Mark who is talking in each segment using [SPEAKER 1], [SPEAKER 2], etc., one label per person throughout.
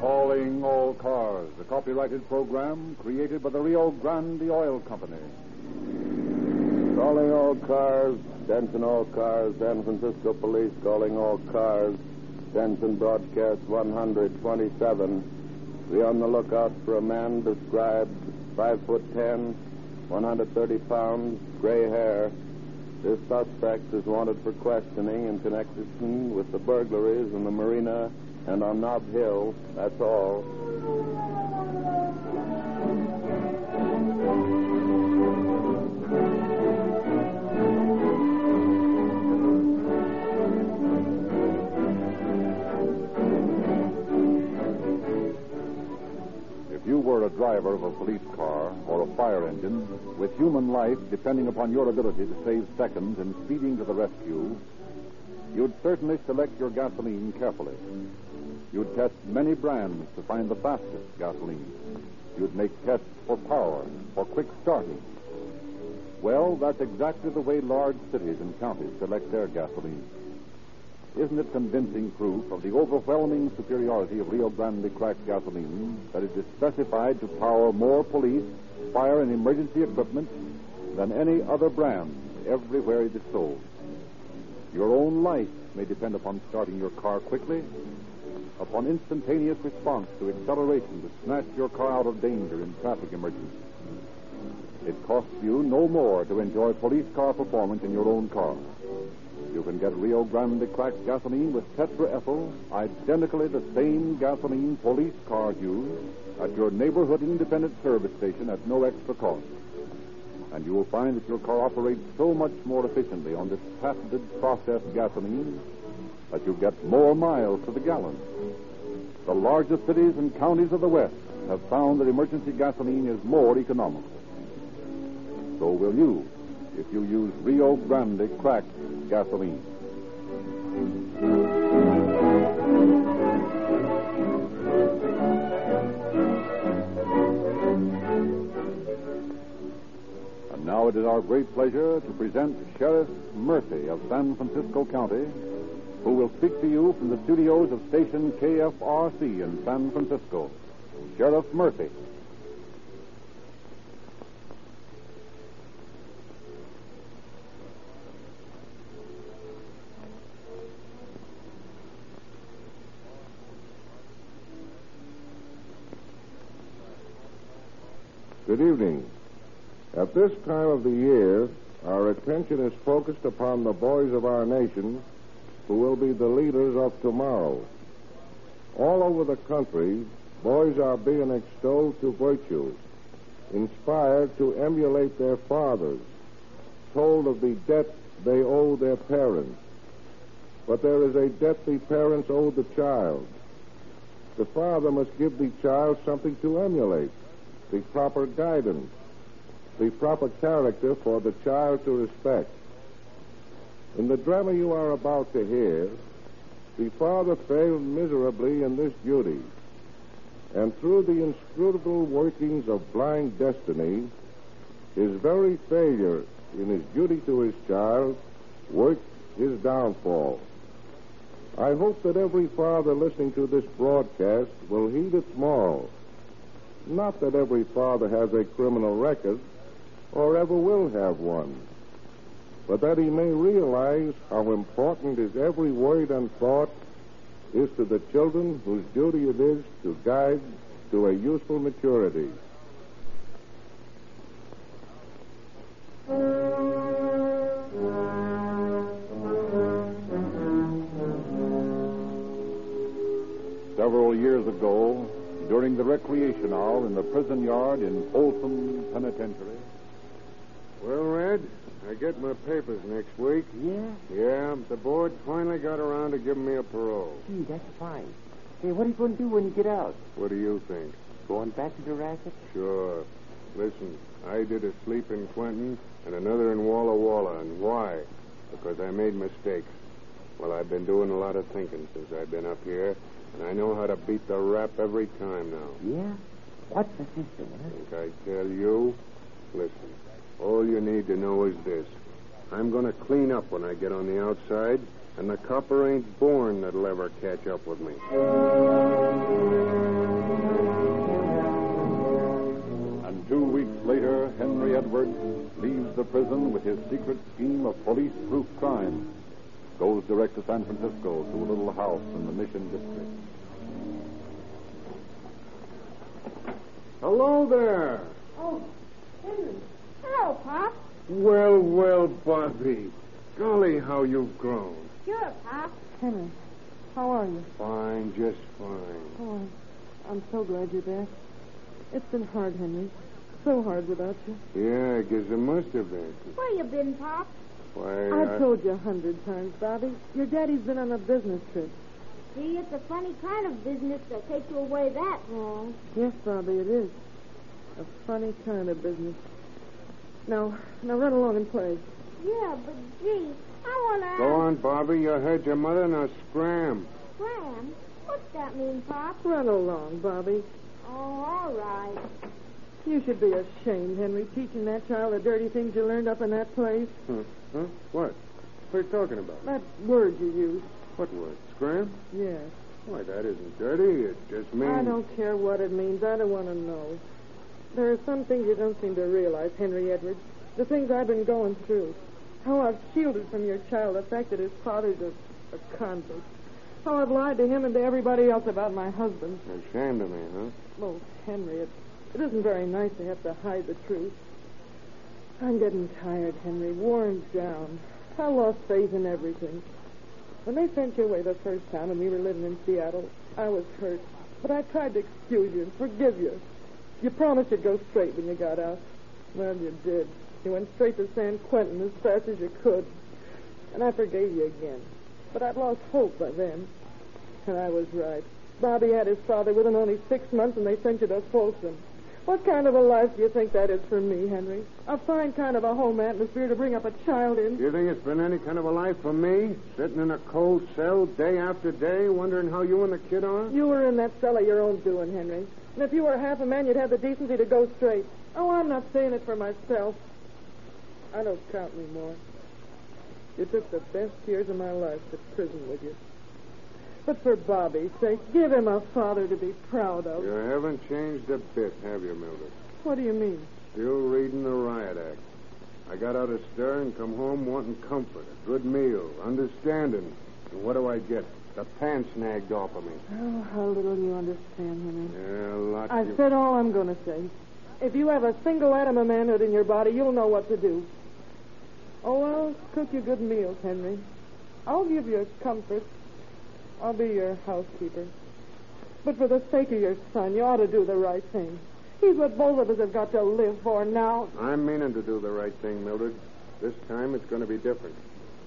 [SPEAKER 1] Calling all cars, a copyrighted program created by the Rio Grande Oil Company.
[SPEAKER 2] Calling all cars, Denton all cars, San Francisco Police calling all cars, Denton Broadcast 127. Be on the lookout for a man described 5 foot 10, 130 pounds, gray hair. This suspect is wanted for questioning in connection with the burglaries in the marina and on Nob Hill. That's all.
[SPEAKER 1] If you were a driver of a police car or a fire engine, with human life depending upon your ability to save seconds in speeding to the rescue, you'd certainly select your gasoline carefully. You'd test many brands to find the fastest gasoline. You'd make tests for power, for quick starting. Well, that's exactly the way large cities and counties select their gasoline. Isn't it convincing proof of the overwhelming superiority of Rio Grande cracked gasoline that it is specified to power more police, fire, and emergency equipment than any other brand everywhere it is sold? Your own life may depend upon starting your car quickly, upon instantaneous response to acceleration to snatch your car out of danger in traffic emergencies. It costs you no more to enjoy police car performance in your own car. You can get Rio Grande cracked gasoline with tetraethyl, identically the same gasoline police cars use, at your neighborhood independent service station at no extra cost. And you will find that your car operates so much more efficiently on this patented processed gasoline that you get more miles to the gallon. The largest cities and counties of the West have found that emergency gasoline is more economical. So will you if you use Rio Grande cracked gasoline. And now it is our great pleasure to present Sheriff Murphy of San Francisco County, who will speak to you from the studios of station KFRC in San Francisco. Sheriff Murphy.
[SPEAKER 3] Good evening. At this time of the year, our attention is focused upon the boys of our nation who will be the leaders of tomorrow. All over the country, boys are being extolled to virtue, inspired to emulate their fathers, told of the debt they owe their parents. But there is a debt the parents owe the child. The father must give the child something to emulate, the proper guidance, the proper character for the child to respect. In the drama you are about to hear, the father failed miserably in this duty. And through the inscrutable workings of blind destiny, his very failure in his duty to his child worked his downfall. I hope that every father listening to this broadcast will heed its moral. Not that every father has a criminal record,
[SPEAKER 2] or ever will have one, but that he may realize how important his every word and thought is to the children whose duty it is to guide to a useful maturity.
[SPEAKER 1] Several years ago, during the recreation hour in the prison yard in Folsom Penitentiary.
[SPEAKER 2] Well, Red, I get my papers next week.
[SPEAKER 4] Yeah?
[SPEAKER 2] Yeah, the board finally got around to giving me a parole.
[SPEAKER 4] Gee, that's fine. Hey, what are you going to do when you get out?
[SPEAKER 2] What do you think?
[SPEAKER 4] Going back to the racket?
[SPEAKER 2] Sure. Listen, I did a sleep in Clinton and another in Walla Walla. And why? Because I made mistakes. Well, I've been doing a lot of thinking since I've been up here, and I know how to beat the rap every time now.
[SPEAKER 4] Yeah? What's the system, huh?
[SPEAKER 2] Think I tell you? Listen, all you need to know is this. I'm going to clean up when I get on the outside, and the copper ain't born that'll ever catch up with me.
[SPEAKER 1] And two weeks later, Henry Edwards leaves the prison with his secret scheme of police proof crime. Goes direct to San Francisco to a little house in the Mission District.
[SPEAKER 2] Hello there!
[SPEAKER 5] Oh, Henry. Hello, Pop.
[SPEAKER 2] Well, well, Bobby. Golly, how you've grown.
[SPEAKER 5] Sure, Pop.
[SPEAKER 6] Henry, how are you?
[SPEAKER 2] Fine, just fine.
[SPEAKER 6] Oh, I'm, I'm so glad you're back. It's been hard, Henry. So hard without you.
[SPEAKER 2] Yeah, I guess it must have been.
[SPEAKER 5] Where you been, Pop?
[SPEAKER 2] Why, uh, I-
[SPEAKER 6] I've told you a hundred times, Bobby. Your daddy's been on a business trip.
[SPEAKER 5] Gee, it's a funny kind of business to take you away that long.
[SPEAKER 6] Yes, Bobby, it is. A funny kind of business. Now, now run along and play.
[SPEAKER 5] Yeah, but gee, I want to
[SPEAKER 2] Go on, Bobby. You heard your mother, now scram.
[SPEAKER 5] Graham. What's that mean, Pop?
[SPEAKER 6] Run along, Bobby.
[SPEAKER 5] Oh, all right.
[SPEAKER 6] You should be ashamed, Henry, teaching that child the dirty things you learned up in that place.
[SPEAKER 2] Huh? huh? What? What are you talking about?
[SPEAKER 6] That word you used.
[SPEAKER 2] What word? Scram?
[SPEAKER 6] Yes.
[SPEAKER 2] Why, that isn't dirty. It just means.
[SPEAKER 6] I don't care what it means. I don't want to know. There are some things you don't seem to realize, Henry Edwards. The things I've been going through. How I've shielded from your child the fact that his father's a, a convict. How I've lied to him and to everybody else about my husband.
[SPEAKER 2] You're ashamed of me, huh?
[SPEAKER 6] Oh, Henry, it, it isn't very nice to have to hide the truth. I'm getting tired, Henry, worn down. I lost faith in everything. When they sent you away the first time and we were living in Seattle, I was hurt. But I tried to excuse you and forgive you. You promised you'd go straight when you got out. Well, you did. You went straight to San Quentin as fast as you could. And I forgave you again. But I'd lost hope by then. And I was right. Bobby had his father with him only six months, and they sent you to Folsom. What kind of a life do you think that is for me, Henry? A fine kind of a home atmosphere to bring up a child in.
[SPEAKER 2] Do you think it's been any kind of a life for me? Sitting in a cold cell day after day, wondering how you and the kid are?
[SPEAKER 6] You were in that cell of your own doing, Henry. And if you were half a man, you'd have the decency to go straight. Oh, I'm not saying it for myself. I don't count anymore. You took the best years of my life to prison with you. But for Bobby's sake, give him a father to be proud of.
[SPEAKER 2] You haven't changed a bit, have you, Mildred?
[SPEAKER 6] What do you mean?
[SPEAKER 2] Still reading the riot act. I got out of stir and come home wanting comfort, a good meal, understanding. And what do I get? The pants snagged off of me.
[SPEAKER 6] Oh, how little you understand, Henry.
[SPEAKER 2] Yeah, a lot
[SPEAKER 6] I've
[SPEAKER 2] you...
[SPEAKER 6] said all I'm going to say. If you have a single atom of manhood in your body, you'll know what to do. Oh, I'll cook you good meals, Henry. I'll give you comfort. I'll be your housekeeper. But for the sake of your son, you ought to do the right thing. He's what both of us have got to live for now.
[SPEAKER 2] I'm meaning to do the right thing, Mildred. This time it's going to be different.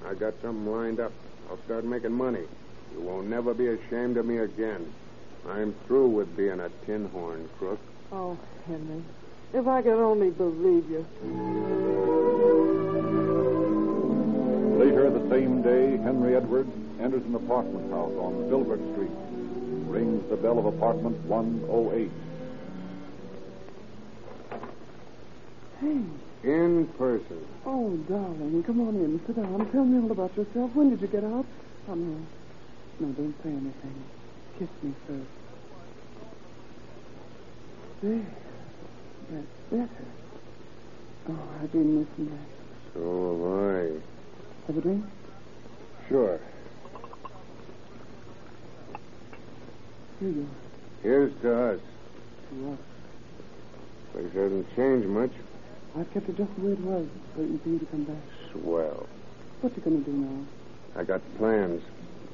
[SPEAKER 2] I got something lined up. I'll start making money. You won't never be ashamed of me again. I'm through with being a tin horn crook.
[SPEAKER 6] Oh, Henry, if I could only believe you.
[SPEAKER 1] Later the same day, Henry Edwards enters an apartment house on Filbert Street. Rings the bell of apartment 108.
[SPEAKER 4] Hey.
[SPEAKER 2] In person.
[SPEAKER 4] Oh, darling, come on in. Sit down. Tell me all about yourself. When did you get out? Oh, no. No, don't say anything. Kiss me first. There. That's better.
[SPEAKER 7] Oh, I've been missing that.
[SPEAKER 2] Oh, So am
[SPEAKER 7] Have a drink?
[SPEAKER 2] I. Sure.
[SPEAKER 7] Here you
[SPEAKER 2] Here's to us.
[SPEAKER 7] are. You are.
[SPEAKER 2] Things haven't changed much.
[SPEAKER 7] I've kept it just the way it was, waiting for you to come back.
[SPEAKER 2] Swell.
[SPEAKER 7] What you going to do now?
[SPEAKER 2] I got plans.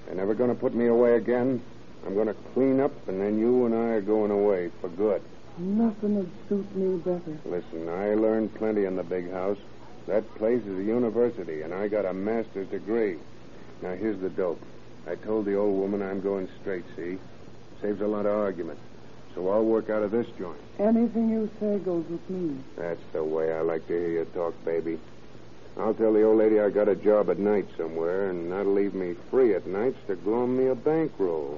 [SPEAKER 2] They're never going to put me away again. I'm going to clean up, and then you and I are going away for good.
[SPEAKER 7] Nothing would suit me better.
[SPEAKER 2] Listen, I learned plenty in the big house. That place is a university, and I got a master's degree. Now, here's the dope. I told the old woman I'm going straight, see? Saves a lot of argument. So I'll work out of this joint.
[SPEAKER 7] Anything you say goes with me.
[SPEAKER 2] That's the way I like to hear you talk, baby. I'll tell the old lady I got a job at night somewhere, and that'll leave me free at nights to glom me a bankroll.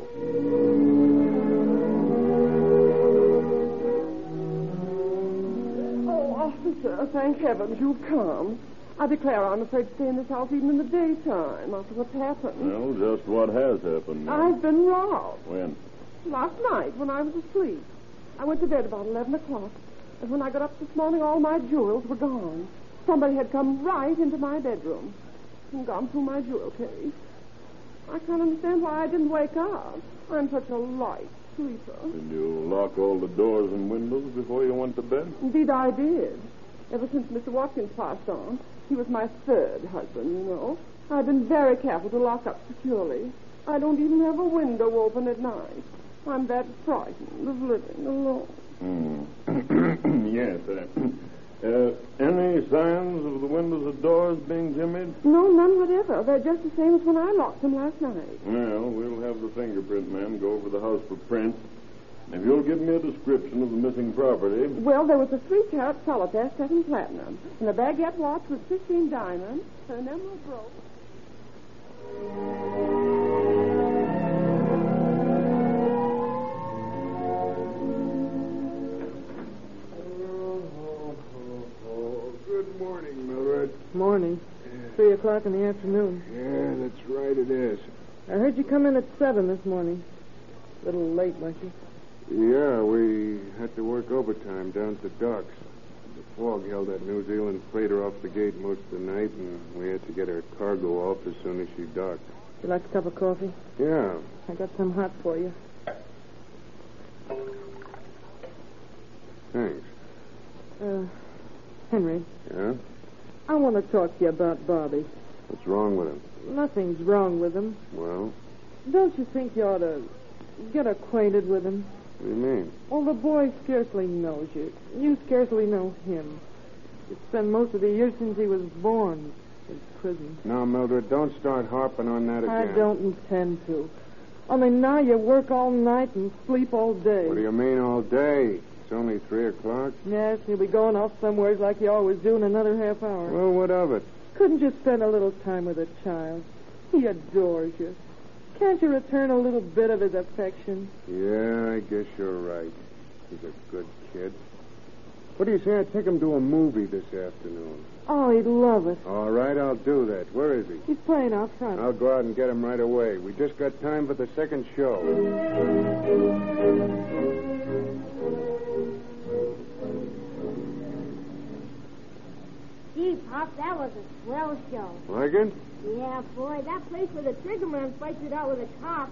[SPEAKER 7] Oh, officer, thank heavens you've come. I declare I'm afraid to stay in this house even in the daytime after what's happened.
[SPEAKER 8] Well, just what has happened.
[SPEAKER 7] I've been robbed
[SPEAKER 8] When?
[SPEAKER 7] last night when I was asleep. I went to bed about 11 o'clock, and when I got up this morning, all my jewels were gone. Somebody had come right into my bedroom and gone through my jewel case. I can't understand why I didn't wake up. I'm such a light sleeper.
[SPEAKER 8] Did you lock all the doors and windows before you went to bed?
[SPEAKER 7] Indeed, I did. Ever since Mr. Watkins passed on, he was my third husband, you know. I've been very careful to lock up securely. I don't even have a window open at night. I'm that frightened of living alone.
[SPEAKER 8] Hmm. yes. Uh, uh, any signs of the windows or doors being jimmied?
[SPEAKER 7] No, none whatever. They're just the same as when I locked them last night.
[SPEAKER 8] Well, we'll have the fingerprint man go over the house for prints. If you'll give me a description of the missing property,
[SPEAKER 7] Well, there was a three-carat solitaire set in platinum, and a baguette watch with 15 diamonds, and an emerald brooch.
[SPEAKER 2] Good morning, Mildred.
[SPEAKER 6] Morning. Three o'clock in the afternoon.
[SPEAKER 2] Yeah, that's right, it is.
[SPEAKER 6] I heard you come in at seven this morning. A little late, weren't you?
[SPEAKER 2] Yeah, we had to work overtime down at the docks. The fog held that New Zealand freighter off the gate most of the night, and we had to get her cargo off as soon as she docked.
[SPEAKER 6] Would you like a cup of coffee?
[SPEAKER 2] Yeah.
[SPEAKER 6] I got some hot for you.
[SPEAKER 2] Thanks.
[SPEAKER 6] Uh, Henry,
[SPEAKER 2] Yeah?
[SPEAKER 6] I want to talk to you about Bobby.
[SPEAKER 2] What's wrong with him?
[SPEAKER 6] Nothing's wrong with him.
[SPEAKER 2] Well,
[SPEAKER 6] Don't you think you ought to get acquainted with him?
[SPEAKER 2] what do you mean?
[SPEAKER 6] Well, the boy scarcely knows you. You scarcely know him. It's been most of the years since he was born in prison.
[SPEAKER 2] Now, Mildred, don't start harping on that
[SPEAKER 6] I
[SPEAKER 2] again.
[SPEAKER 6] don't intend to. Only now you work all night and sleep all day.
[SPEAKER 2] What do you mean all day? It's only three o'clock.
[SPEAKER 6] Yes, you'll be going off somewheres like you always do in another half hour.
[SPEAKER 2] Well, what of it?
[SPEAKER 6] Couldn't you spend a little time with the child? He adores you. Can't you return a little bit of his affection?
[SPEAKER 2] Yeah, I guess you're right. He's a good kid. What do you say I take him to a movie this afternoon?
[SPEAKER 6] Oh, he'd love it.
[SPEAKER 2] All right, I'll do that. Where is he?
[SPEAKER 6] He's playing out front.
[SPEAKER 2] I'll go out and get him right away. We just got time for the second show.
[SPEAKER 5] Gee, Pop, that was a swell show.
[SPEAKER 2] Like it?
[SPEAKER 5] Yeah, boy, that place where the triggerman fights it out with a cop.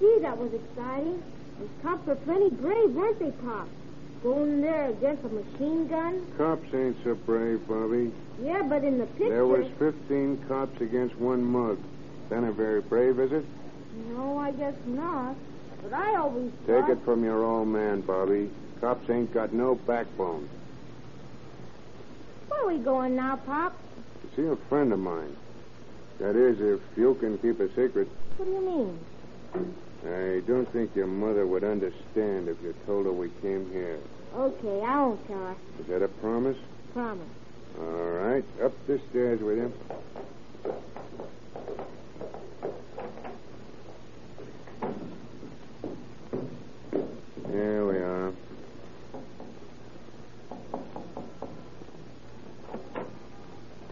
[SPEAKER 5] Gee, that was exciting. Those cops were plenty brave, weren't they, Pop? Going there against a machine gun?
[SPEAKER 2] Cops ain't so brave, Bobby.
[SPEAKER 5] Yeah, but in the picture...
[SPEAKER 2] There was 15 cops against one mug. Then a very brave, is it?
[SPEAKER 5] No, I guess not. But I always
[SPEAKER 2] Take
[SPEAKER 5] thought...
[SPEAKER 2] it from your old man, Bobby. Cops ain't got no backbone.
[SPEAKER 5] Where are we going now, Pop?
[SPEAKER 2] You see, a friend of mine. That is, if you can keep a secret.
[SPEAKER 5] What do you mean?
[SPEAKER 2] I don't think your mother would understand if you told her we came here.
[SPEAKER 5] Okay, I won't tell her.
[SPEAKER 2] Is that a promise?
[SPEAKER 5] Promise.
[SPEAKER 2] All right, up the stairs with you. There we are.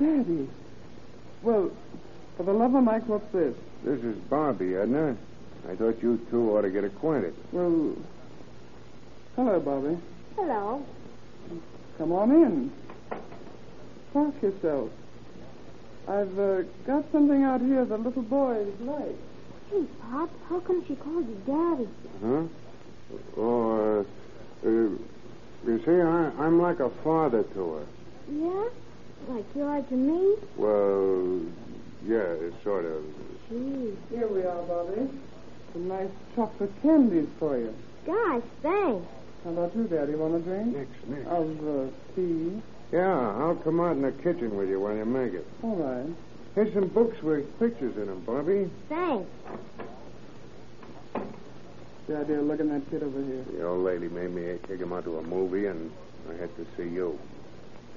[SPEAKER 7] Daddy. Well, for the love of Mike, what's this?
[SPEAKER 2] This is Bobby, Edna. I thought you two ought to get acquainted.
[SPEAKER 7] Well, hello, Bobby.
[SPEAKER 5] Hello.
[SPEAKER 7] Come on in.
[SPEAKER 6] Pass yourselves. I've uh, got something out here the little boys like.
[SPEAKER 5] Gee, Pop, how come she called you Daddy?
[SPEAKER 2] Huh? Oh, uh, uh, you see, I, I'm like a father to her.
[SPEAKER 5] Yeah? Like you are to me?
[SPEAKER 2] Well, yeah, sort of.
[SPEAKER 5] Gee.
[SPEAKER 6] Here we are, Bobby. Some nice chocolate candies for you.
[SPEAKER 5] Gosh, thanks.
[SPEAKER 6] How about you, Daddy? Want a drink?
[SPEAKER 2] Next, next.
[SPEAKER 6] Of uh, tea?
[SPEAKER 2] Yeah, I'll come out in the kitchen with you when you make it.
[SPEAKER 6] All right.
[SPEAKER 2] Here's some books with pictures in 'em, Bobby.
[SPEAKER 5] Thanks.
[SPEAKER 6] Yeah, dear, look at that kid over here.
[SPEAKER 2] The old lady made me take him out to a movie, and I had to see you.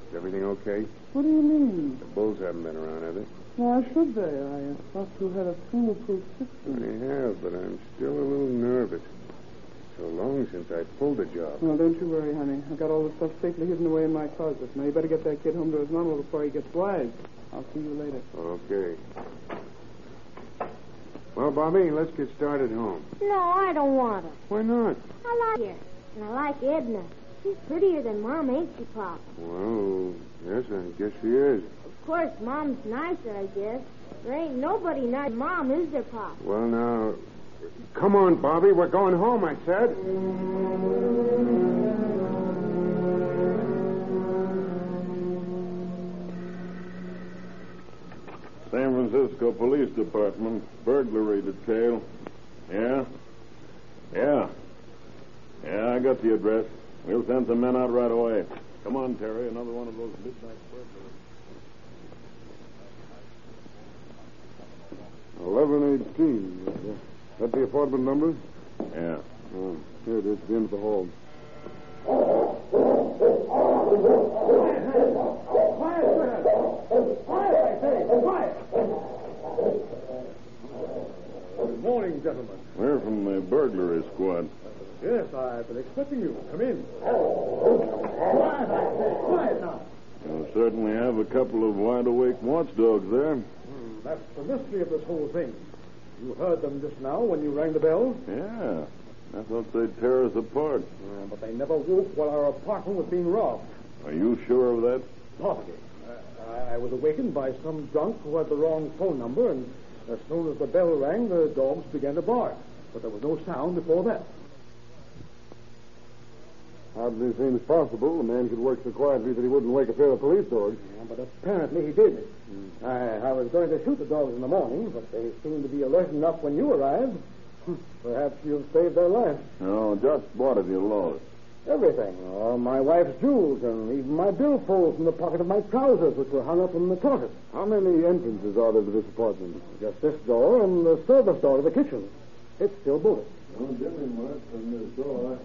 [SPEAKER 2] Is everything okay?
[SPEAKER 6] What do you mean?
[SPEAKER 2] The bulls haven't been around, have they?
[SPEAKER 6] Why should they? I uh, thought you had a foolproof system.
[SPEAKER 2] They have, but I'm still a little nervous. So long since I pulled a job.
[SPEAKER 6] Well, don't you worry, honey. I got all the stuff safely hidden away in my closet. Now you better get that kid home to his mama before he gets wise. I'll see you later.
[SPEAKER 2] Okay. Well, Bobby, let's get started home.
[SPEAKER 5] No, I don't want her.
[SPEAKER 2] Why not?
[SPEAKER 5] I like her. And I like Edna. She's prettier than Mom, ain't she, Pop?
[SPEAKER 2] Well, yes, I guess she is.
[SPEAKER 5] Of course, Mom's nicer, I guess. There ain't nobody nice than Mom, is there, Pop?
[SPEAKER 2] Well, now, come on, Bobby. We're going home, I said.
[SPEAKER 8] San Francisco Police Department, burglary detail. Yeah? Yeah. Yeah, I got the address. We'll send some men out right away. Come on, Terry, another one of those midnight burglaries.
[SPEAKER 3] 1118. That the apartment number?
[SPEAKER 8] Yeah.
[SPEAKER 3] Oh, here it is, at the end of the hall.
[SPEAKER 9] Good morning, gentlemen.
[SPEAKER 8] We're from the burglary squad.
[SPEAKER 9] Yes, I've been expecting you. Come in. Quiet, I say. Quiet now.
[SPEAKER 8] You certainly have a couple of wide awake watchdogs there.
[SPEAKER 9] Hmm, that's the mystery of this whole thing. You heard them just now when you rang the bell.
[SPEAKER 8] Yeah. I thought they'd tear us apart.
[SPEAKER 9] Yeah, but they never woke while our apartment was being robbed.
[SPEAKER 8] Are you sure of that?
[SPEAKER 9] Positive. Uh, I, I was awakened by some drunk who had the wrong phone number, and as soon as the bell rang, the dogs began to bark. But there was no sound before that.
[SPEAKER 3] Hardly seems possible a man should work so quietly that he wouldn't wake a pair of police dogs.
[SPEAKER 9] Yeah, but apparently he did. I, I was going to shoot the dogs in the morning, but they seemed to be alert enough when you arrived. Hmm, Perhaps you've saved their lives.
[SPEAKER 8] No, just what have you lost?
[SPEAKER 9] Everything. Oh, All my wife's jewels and even my billfold from the pocket of my trousers, which were hung up in the closet.
[SPEAKER 3] How many entrances are there to this apartment?
[SPEAKER 9] Just this door and the service door to the kitchen. It's still bolted.
[SPEAKER 2] No different much from this door.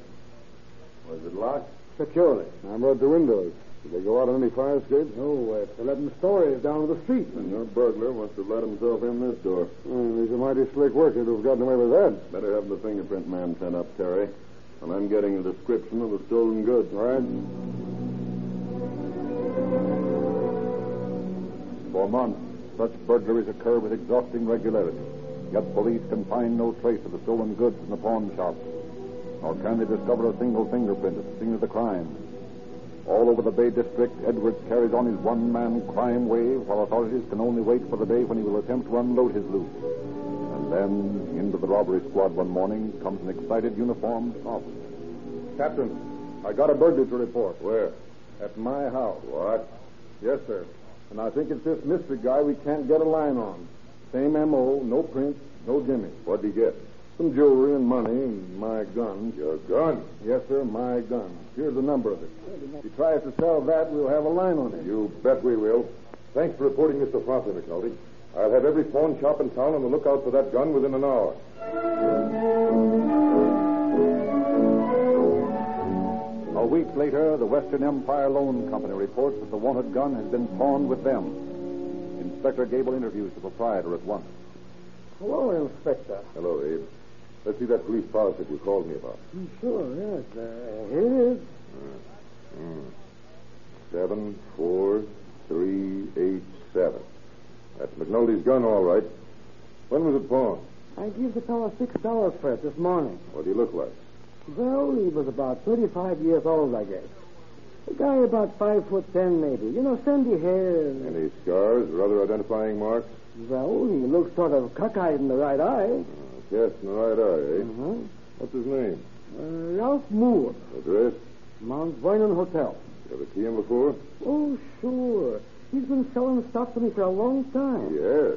[SPEAKER 2] Was it locked?
[SPEAKER 9] Securely.
[SPEAKER 3] I about the windows? Did they go out on any fire escapes?
[SPEAKER 9] Oh, it's 11 stories down to the street.
[SPEAKER 8] And your burglar must have let himself in this door.
[SPEAKER 3] Well, he's a mighty slick worker to have gotten away with that.
[SPEAKER 8] Better have the fingerprint man sent up, Terry. And I'm getting a description of the stolen goods. Hmm.
[SPEAKER 3] All right.
[SPEAKER 1] For months, such burglaries occur with exhausting regularity. Yet police can find no trace of the stolen goods in the pawn shops, nor can they discover a single fingerprint at the scene of the crime. All over the Bay District, Edwards carries on his one-man crime wave, while authorities can only wait for the day when he will attempt to unload his loot. And then, into the robbery squad one morning, comes an excited uniformed officer.
[SPEAKER 3] Captain, I got a burglary to report.
[SPEAKER 8] Where?
[SPEAKER 3] At my house.
[SPEAKER 8] What?
[SPEAKER 3] Yes, sir. And I think it's this mystery guy we can't get a line on. Same M.O., no prints, no Jimmy.
[SPEAKER 8] What'd you get?
[SPEAKER 3] Some jewelry and money and my gun.
[SPEAKER 8] Your gun.
[SPEAKER 3] Yes, sir, my gun. Here's the number of it. If he tries to sell that, we'll have a line on him.
[SPEAKER 8] You bet we will.
[SPEAKER 3] Thanks for reporting this so promptly, McNulty. I'll have every pawn shop in town on the lookout for that gun within an hour.
[SPEAKER 1] A week later, the Western Empire Loan Company reports that the wanted gun has been pawned with them. Inspector Gable interviews the proprietor at once.
[SPEAKER 9] Hello, Inspector.
[SPEAKER 3] Hello, Abe. Let's see that police file that you called me about.
[SPEAKER 9] Sure, yes. Uh, here it is.
[SPEAKER 3] Hmm. Seven, four, three, eight, seven. That's McNulty's gun, all right. When was it pawned?
[SPEAKER 9] I gave the fellow $6 for it this morning.
[SPEAKER 3] What do you look like?
[SPEAKER 9] Well, he was about 35 years old, I guess. A guy about five foot ten, maybe. You know, sandy hair. And...
[SPEAKER 3] Any scars or other identifying marks?
[SPEAKER 9] Well, he looks sort of cockeyed in the right eye.
[SPEAKER 3] Yes, in the right eye, eh?
[SPEAKER 9] Mhm.
[SPEAKER 3] What's his name?
[SPEAKER 9] Uh, Ralph Moore,
[SPEAKER 3] Address?
[SPEAKER 9] Mount Vernon Hotel.
[SPEAKER 3] You ever see him before?
[SPEAKER 9] Oh, sure. He's been selling stuff to me for a long time.
[SPEAKER 3] Yes.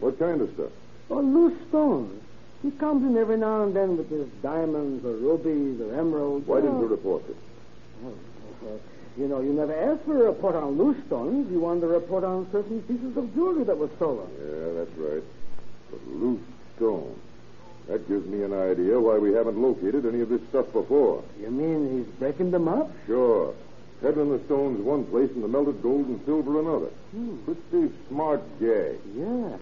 [SPEAKER 3] What kind of stuff?
[SPEAKER 9] Oh, loose stones. He comes in every now and then with his diamonds or rubies or emeralds.
[SPEAKER 3] Why didn't
[SPEAKER 9] Oh.
[SPEAKER 3] you report it?
[SPEAKER 9] You know, you never asked for a report on loose stones. You wanted a report on certain pieces of jewelry that was stolen.
[SPEAKER 3] Yeah, that's right. But loose stone. That gives me an idea why we haven't located any of this stuff before.
[SPEAKER 9] You mean he's breaking them up?
[SPEAKER 3] Sure. Peddling the stones one place and the melted gold and silver another. Pretty smart gag.
[SPEAKER 9] Yeah.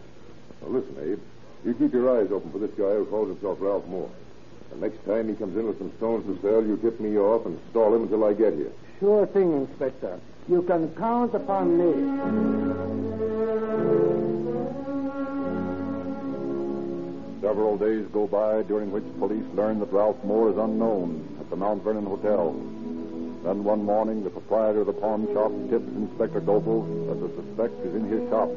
[SPEAKER 3] Now listen, Abe. You keep your eyes open for this guy who calls himself Ralph Moore. The next time he comes in with some stones to sell, you tip me off and stall him until I get here.
[SPEAKER 9] Sure thing, Inspector. You can count upon me.
[SPEAKER 1] Several days go by during which police learn that Ralph Moore is unknown at the Mount Vernon Hotel. Then one morning, the proprietor of the pawn shop tips Inspector Goble that the suspect is in his shop.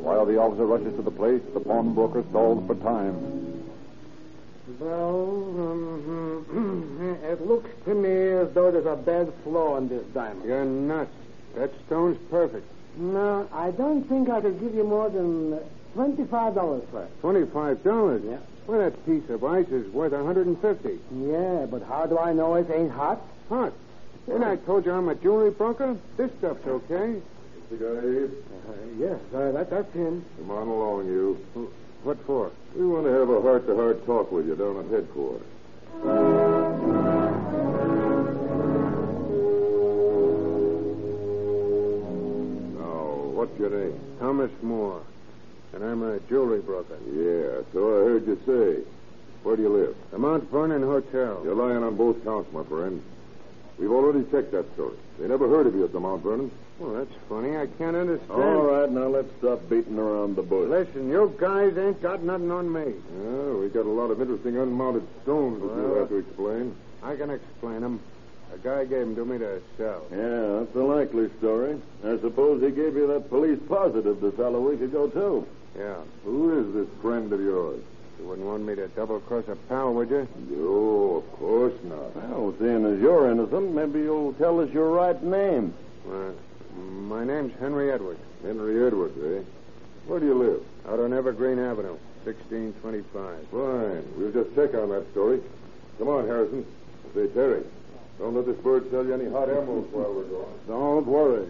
[SPEAKER 1] While the officer rushes to the place, the pawnbroker stalls for time.
[SPEAKER 9] Well, um, it looks to me as though there's a bad flaw in this diamond.
[SPEAKER 2] You're nuts. That stone's perfect.
[SPEAKER 9] No, I don't think I could give you more than twenty-five dollars for it.
[SPEAKER 2] Twenty-five dollars. Yeah. Well, that piece of ice is worth a hundred and fifty.
[SPEAKER 9] Yeah, but how do I know it ain't hot?
[SPEAKER 2] Hot. Then I told you I'm a jewelry broker. This stuff's okay.
[SPEAKER 3] The guy, Abe?
[SPEAKER 4] Uh,
[SPEAKER 9] yes, that, that's him.
[SPEAKER 3] Come on along, you.
[SPEAKER 2] What for?
[SPEAKER 3] We want to have a heart-to-heart talk with you down at headquarters. Now, what's your name?
[SPEAKER 2] Thomas Moore. And I'm a jewelry broker.
[SPEAKER 3] Yeah, so I heard you say. Where do you live?
[SPEAKER 2] The Mount Vernon Hotel.
[SPEAKER 3] You're lying on both counts, my friend. We've already checked that story. They never heard of you at the Mount Vernon.
[SPEAKER 2] Well, that's funny. I can't understand.
[SPEAKER 3] All right, now let's stop beating around the bush.
[SPEAKER 2] Listen, you guys ain't got nothing on me.
[SPEAKER 3] Yeah, we got a lot of interesting unmounted stones that you'll
[SPEAKER 2] Well-
[SPEAKER 3] have to explain.
[SPEAKER 2] I can explain 'em. A guy gave 'em to me to sell.
[SPEAKER 8] Yeah, that's a likely story. I suppose he gave you that police positive to sell a week ago, too.
[SPEAKER 2] Yeah.
[SPEAKER 3] Who is this friend of yours?
[SPEAKER 2] You wouldn't want me to double cross a pal, would you?
[SPEAKER 3] No, of course not.
[SPEAKER 8] Well, seeing as you're innocent, maybe you'll tell us your right name.
[SPEAKER 2] Uh, my name's Henry Edwards.
[SPEAKER 3] Henry Edwards, eh? Where do you live?
[SPEAKER 2] Out on Evergreen Avenue, 1625.
[SPEAKER 3] Fine. We'll just check on that story. Come on, Harrison. Say, Terry, don't let this bird sell you any hot emeralds while we're gone.
[SPEAKER 2] Don't worry.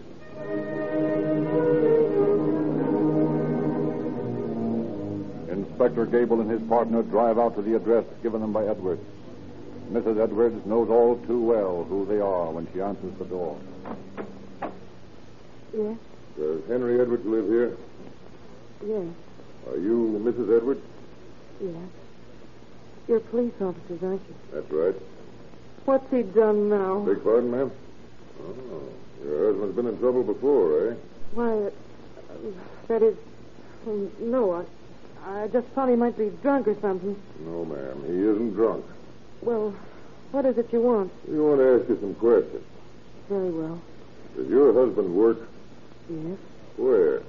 [SPEAKER 1] Inspector Gable and his partner drive out to the address given them by Edwards. Mrs. Edwards knows all too well who they are when she answers the door.
[SPEAKER 6] Yes,
[SPEAKER 3] Does Henry Edwards live here?
[SPEAKER 6] yes,
[SPEAKER 3] Are you Mrs. Edwards?
[SPEAKER 6] yes. You're police officers, aren't you?
[SPEAKER 3] That's right.
[SPEAKER 6] What's he done now?
[SPEAKER 3] Big pardon, ma'am? Oh, your husband's been in trouble before, eh?
[SPEAKER 6] Why, uh, that is, um, no, I, I just thought he might be drunk or something.
[SPEAKER 3] No, ma'am. He isn't drunk.
[SPEAKER 6] Well, what is it you want?
[SPEAKER 3] We want to ask you some questions.
[SPEAKER 6] Very well.
[SPEAKER 3] Does your husband work
[SPEAKER 6] Yes,
[SPEAKER 3] where?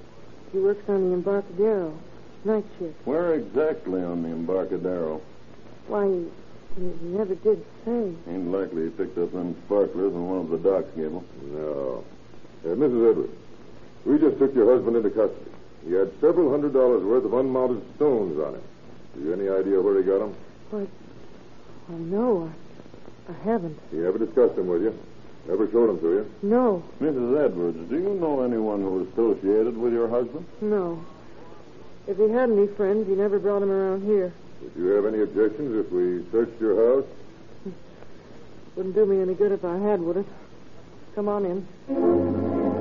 [SPEAKER 6] he works on the Embarcadero, night shift.
[SPEAKER 8] Where exactly on the Embarcadero?
[SPEAKER 6] Why, he, he never did say.
[SPEAKER 8] Ain't likely he picked up them sparklers in one of the docks, Gable.
[SPEAKER 3] No. Uh, Mrs. Edwards, we just took your husband into custody. He had several hundred dollars worth of unmounted stones on him. Do you any idea where he got them?
[SPEAKER 6] Why, why Oh, no, I, I haven't.
[SPEAKER 3] You never discussed them with you. Never showed them to you.
[SPEAKER 6] No,
[SPEAKER 8] Mrs. Edwards, do you know anyone who was associated with your husband?
[SPEAKER 6] no. If he had any friends, he never brought them around here.
[SPEAKER 3] Would you have any objections if we searched your house?
[SPEAKER 6] Wouldn't do me any good if I had, would it? Come on in.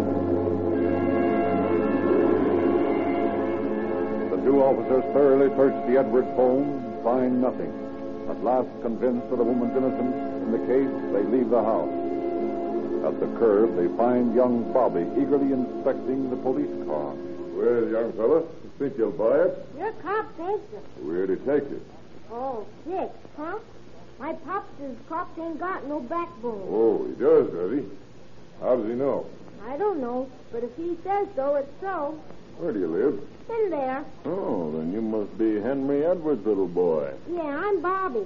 [SPEAKER 1] The two officers thoroughly search the Edwards home, find nothing. At last, convinced of the woman's innocence in the case, they leave the house. At the curb, they find young Bobby eagerly inspecting the police car.
[SPEAKER 3] Well, young fella, you think you'll buy it?
[SPEAKER 5] Your cops ain't you?
[SPEAKER 3] We're detectives.
[SPEAKER 5] Oh, sick, huh? My pops says cops ain't got no backbone.
[SPEAKER 3] Oh, he does, does he?
[SPEAKER 10] How does he know?
[SPEAKER 5] I don't know, but if he says so, it's so.
[SPEAKER 3] Where do you live?
[SPEAKER 5] In there.
[SPEAKER 3] Oh, then you must be Henry Edwards' little boy.
[SPEAKER 5] Yeah, I'm Bobby.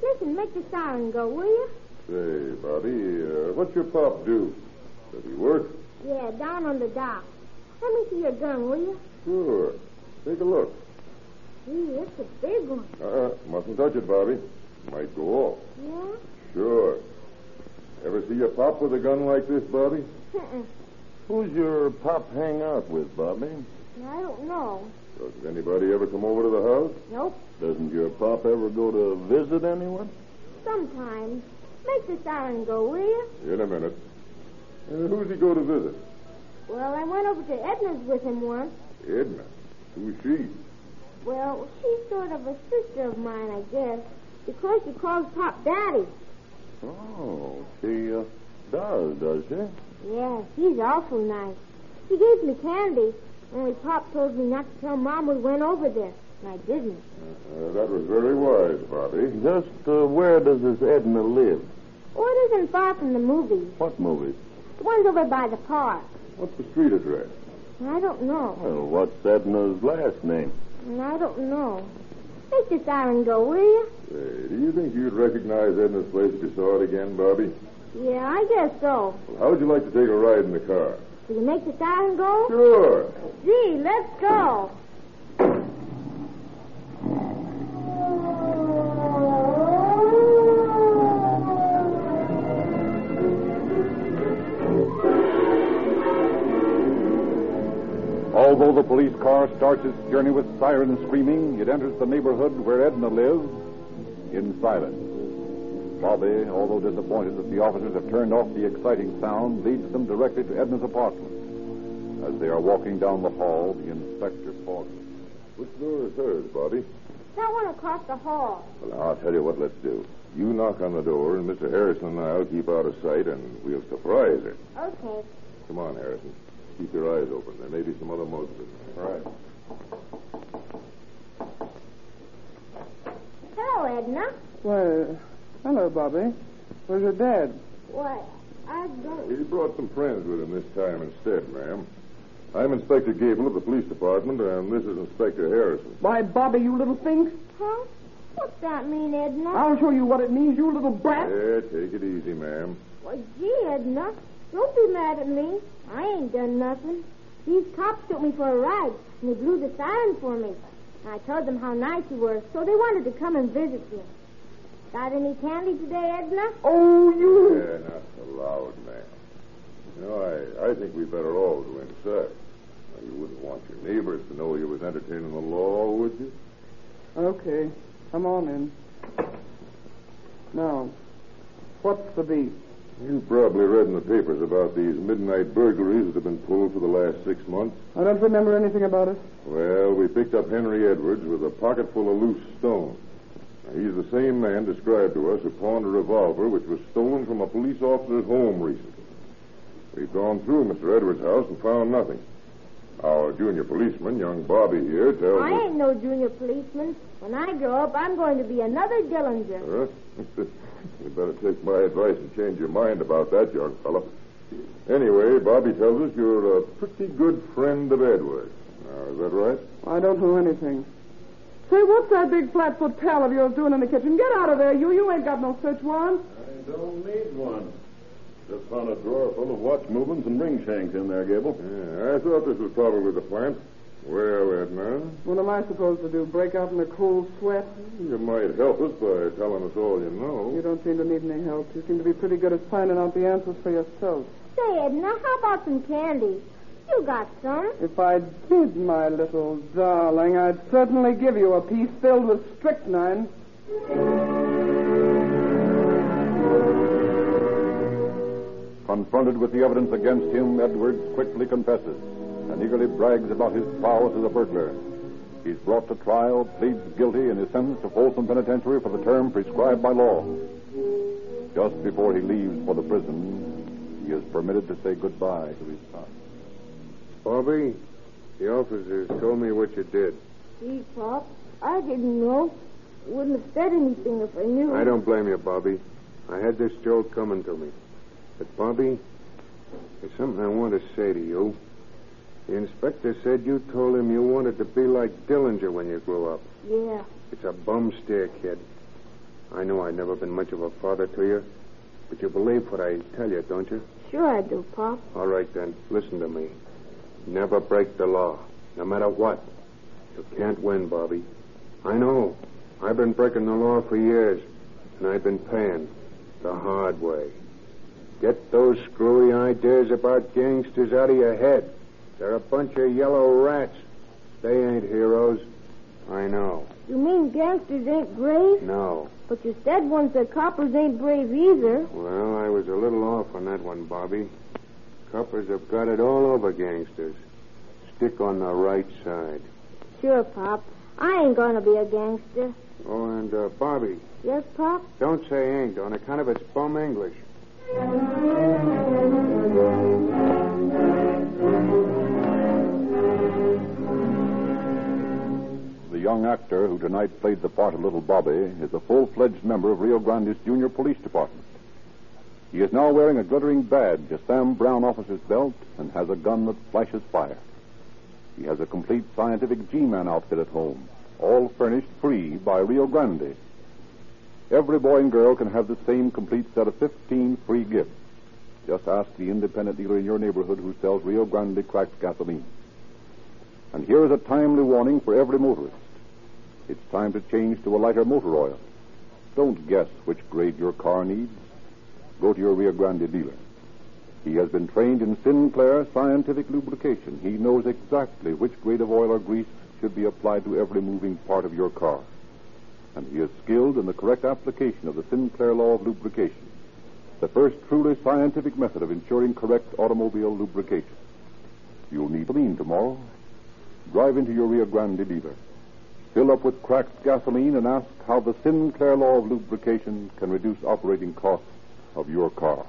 [SPEAKER 5] Listen, make the siren go, will you?
[SPEAKER 3] Say, Bobby, uh, what's your pop do? Does he work?
[SPEAKER 5] Yeah, down on the dock. Let me see your gun, will you?
[SPEAKER 3] Sure. Take a look.
[SPEAKER 5] Gee, it's a big one.
[SPEAKER 3] Uh, mustn't touch it, Bobby. Might go off.
[SPEAKER 5] Yeah?
[SPEAKER 3] Sure. Ever see your pop with a gun like this, Bobby?
[SPEAKER 5] Uh-uh.
[SPEAKER 3] Who's your pop hang out with, Bobby?
[SPEAKER 5] I don't know.
[SPEAKER 3] Does anybody ever come over to the house?
[SPEAKER 5] Nope.
[SPEAKER 3] Doesn't your pop ever go to visit anyone?
[SPEAKER 5] Sometimes. Make the siren go, will you?
[SPEAKER 3] In a minute. Uh, who's he go to visit?
[SPEAKER 5] Well, I went over to Edna's with him once.
[SPEAKER 3] Edna. Who's she?
[SPEAKER 5] Well, she's sort of a sister of mine, I guess, because she calls Pop Daddy.
[SPEAKER 3] Oh, she uh, does, does she?
[SPEAKER 5] Yeah, he's awful nice. He gave me candy, only Pop told me not to tell Mom we went over there, and I didn't.
[SPEAKER 3] Uh, that was very wise, Bobby. Just uh, where does this Edna live?
[SPEAKER 5] Oh, it isn't far from the movies.
[SPEAKER 3] What movie?
[SPEAKER 5] The one's over by the park.
[SPEAKER 3] What's the street address?
[SPEAKER 5] I don't know,
[SPEAKER 3] Well, what's Edna's last name?
[SPEAKER 5] and I don't know. Make the siren go, will you?
[SPEAKER 3] Say, Uh, do you think you'd recognize Edna's place if you saw it again, Bobby?
[SPEAKER 5] Yeah, I guess so.
[SPEAKER 3] Well, how would you like to take a ride in the car?
[SPEAKER 5] Do you make the siren go?
[SPEAKER 3] Sure.
[SPEAKER 5] Gee, let's go.
[SPEAKER 1] Although the police car starts its journey with siren screaming, it enters the neighborhood where Edna lives in silence. Bobby, although disappointed that the officers have turned off the exciting sound, leads them directly to Edna's apartment. As they are walking down the hall, the inspector pauses.
[SPEAKER 3] Which door is hers, Bobby?
[SPEAKER 5] That one across the hall.
[SPEAKER 3] Well, I'll tell you what let's do. You knock on the door, and Mr. Harrison and I'll keep out of sight, and we'll surprise her.
[SPEAKER 5] Okay.
[SPEAKER 3] Come on, Harrison. Keep your eyes open. There may be some other motive. All right.
[SPEAKER 5] Hello, Edna.
[SPEAKER 4] Well, hello, Bobby. Where's your dad?
[SPEAKER 5] What? I don't.
[SPEAKER 3] He brought some friends with him this time instead, ma'am. I'm Inspector Gable of the police department, and this is Inspector Harrison.
[SPEAKER 11] Why, Bobby, you little thing.
[SPEAKER 5] Huh? What's that mean, Edna?
[SPEAKER 11] I'll show you what it means, you little brat.
[SPEAKER 3] Yeah, take it easy, ma'am.
[SPEAKER 5] Well, gee, Edna, don't be mad at me. I ain't done nothing. These cops took me for a ride, and they blew the siren for me. I told them how nice you were, so they wanted to come and visit you. Got any candy today, Edna?
[SPEAKER 11] Oh, you.
[SPEAKER 3] Yeah, not so loud, ma'am. You know, I, I think we better all go inside. Now, you wouldn't want your neighbors to know you was entertaining the law, would you?
[SPEAKER 4] Okay. Come on in. Now, what's the beat?
[SPEAKER 3] You probably read in the papers about these midnight burglaries that have been pulled for the last six months.
[SPEAKER 4] I don't remember anything about it.
[SPEAKER 3] Well, we picked up Henry Edwards with a pocket full of loose stones. Now, he's the same man described to us who pawned a revolver which was stolen from a police officer's home recently. We've gone through Mr. Edwards' house and found nothing. Our junior policeman, young Bobby here, tells
[SPEAKER 5] I
[SPEAKER 3] us.
[SPEAKER 5] ain't no junior policeman. When I grow up, I'm going to be another Dillinger.
[SPEAKER 3] Huh? you better take my advice and change your mind about that, young fellow. Anyway, Bobby tells us you're a pretty good friend of Edward. Now, is that right?
[SPEAKER 4] I don't know anything. Say, what's that big flatfoot pal of yours doing in the kitchen? Get out of there, you. You ain't got no search warrant.
[SPEAKER 3] I don't need one. Just found a drawer full of watch movements and ring shanks in there, Gable. Yeah, I thought this was probably the plant. Well, Edna,
[SPEAKER 4] What am I supposed to do? Break out in a cool sweat?
[SPEAKER 3] you might help us by telling us all you know.
[SPEAKER 4] You don't seem to need any help. You seem to be pretty good at finding out the answers for yourself.
[SPEAKER 5] Say, Edna, how about some candy? You got some.
[SPEAKER 4] If I did, my little darling, I'd certainly give you a piece filled with strychnine.
[SPEAKER 1] Confronted with the evidence against him, Edwards quickly confesses and eagerly brags about his prowess as a burglar. He's brought to trial, pleads guilty, and is sentenced to Folsom Penitentiary for the term prescribed by law. Just before he leaves for the prison, he is permitted to say goodbye to his son.
[SPEAKER 2] Bobby, the officers told me what you did.
[SPEAKER 5] Gee, Pop, I didn't know. Wouldn't have said anything if I knew.
[SPEAKER 2] I don't blame you, Bobby. I had this jolt coming to me. But, Bobby, There's something I want to say to you. The inspector said you told him you wanted to be like Dillinger when you grew up.
[SPEAKER 5] Yeah.
[SPEAKER 2] It's a bum steer, kid. I know I've never been much of a father to you, but you believe what I tell you, don't you?
[SPEAKER 5] Sure I do, Pop.
[SPEAKER 2] All right, then. Listen to me. Never break the law, no matter what. You can't win, Bobby. I know. I've been breaking the law for years, and I've been paying the hard way. Get those screwy ideas about gangsters out of your head. They're a bunch of yellow rats. They ain't heroes. I know.
[SPEAKER 5] You mean gangsters ain't brave?
[SPEAKER 2] No.
[SPEAKER 5] But you said once that coppers ain't brave either.
[SPEAKER 2] Well, I was a little off on that one, Bobby. Coppers have got it all over gangsters. Stick on the right side.
[SPEAKER 5] Sure, Pop. I ain't gonna be a gangster.
[SPEAKER 2] Oh, and uh, Bobby,
[SPEAKER 5] Yes, Pop?
[SPEAKER 2] don't say ain't on account of its bum English.
[SPEAKER 1] The young actor who tonight played the part of Little Bobby is a full fledged member of Rio Grande's Junior Police Department. He is now wearing a glittering badge, a Sam Brown officer's belt, and has a gun that flashes fire. He has a complete scientific G Man outfit at home, all furnished free by Rio Grande. Every boy and girl can have the same complete set of 15 free gifts. Just ask the independent dealer in your neighborhood who sells Rio Grande cracked gasoline. And here is a timely warning for every motorist. It's time to change to a lighter motor oil. Don't guess which grade your car needs. Go to your Rio Grande dealer. He has been trained in Sinclair scientific lubrication. He knows exactly which grade of oil or grease should be applied to every moving part of your car. And he is skilled in the correct application of the Sinclair law of lubrication, the first truly scientific method of ensuring correct automobile lubrication. You'll need lean tomorrow. Drive into your Rio Grande dealer. Fill up with cracked gasoline and ask how the Sinclair law of lubrication can reduce operating costs of your car.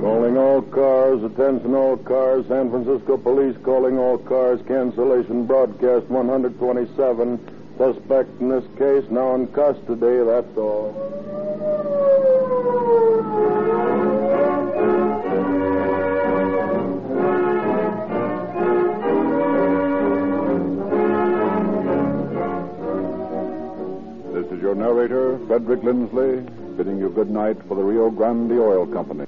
[SPEAKER 8] Calling all cars, attention all cars, San Francisco Police calling all cars, cancellation broadcast 127. Suspect in this case now in custody, that's all.
[SPEAKER 1] This is your narrator, Frederick Lindsley, bidding you good night for the Rio Grande Oil Company.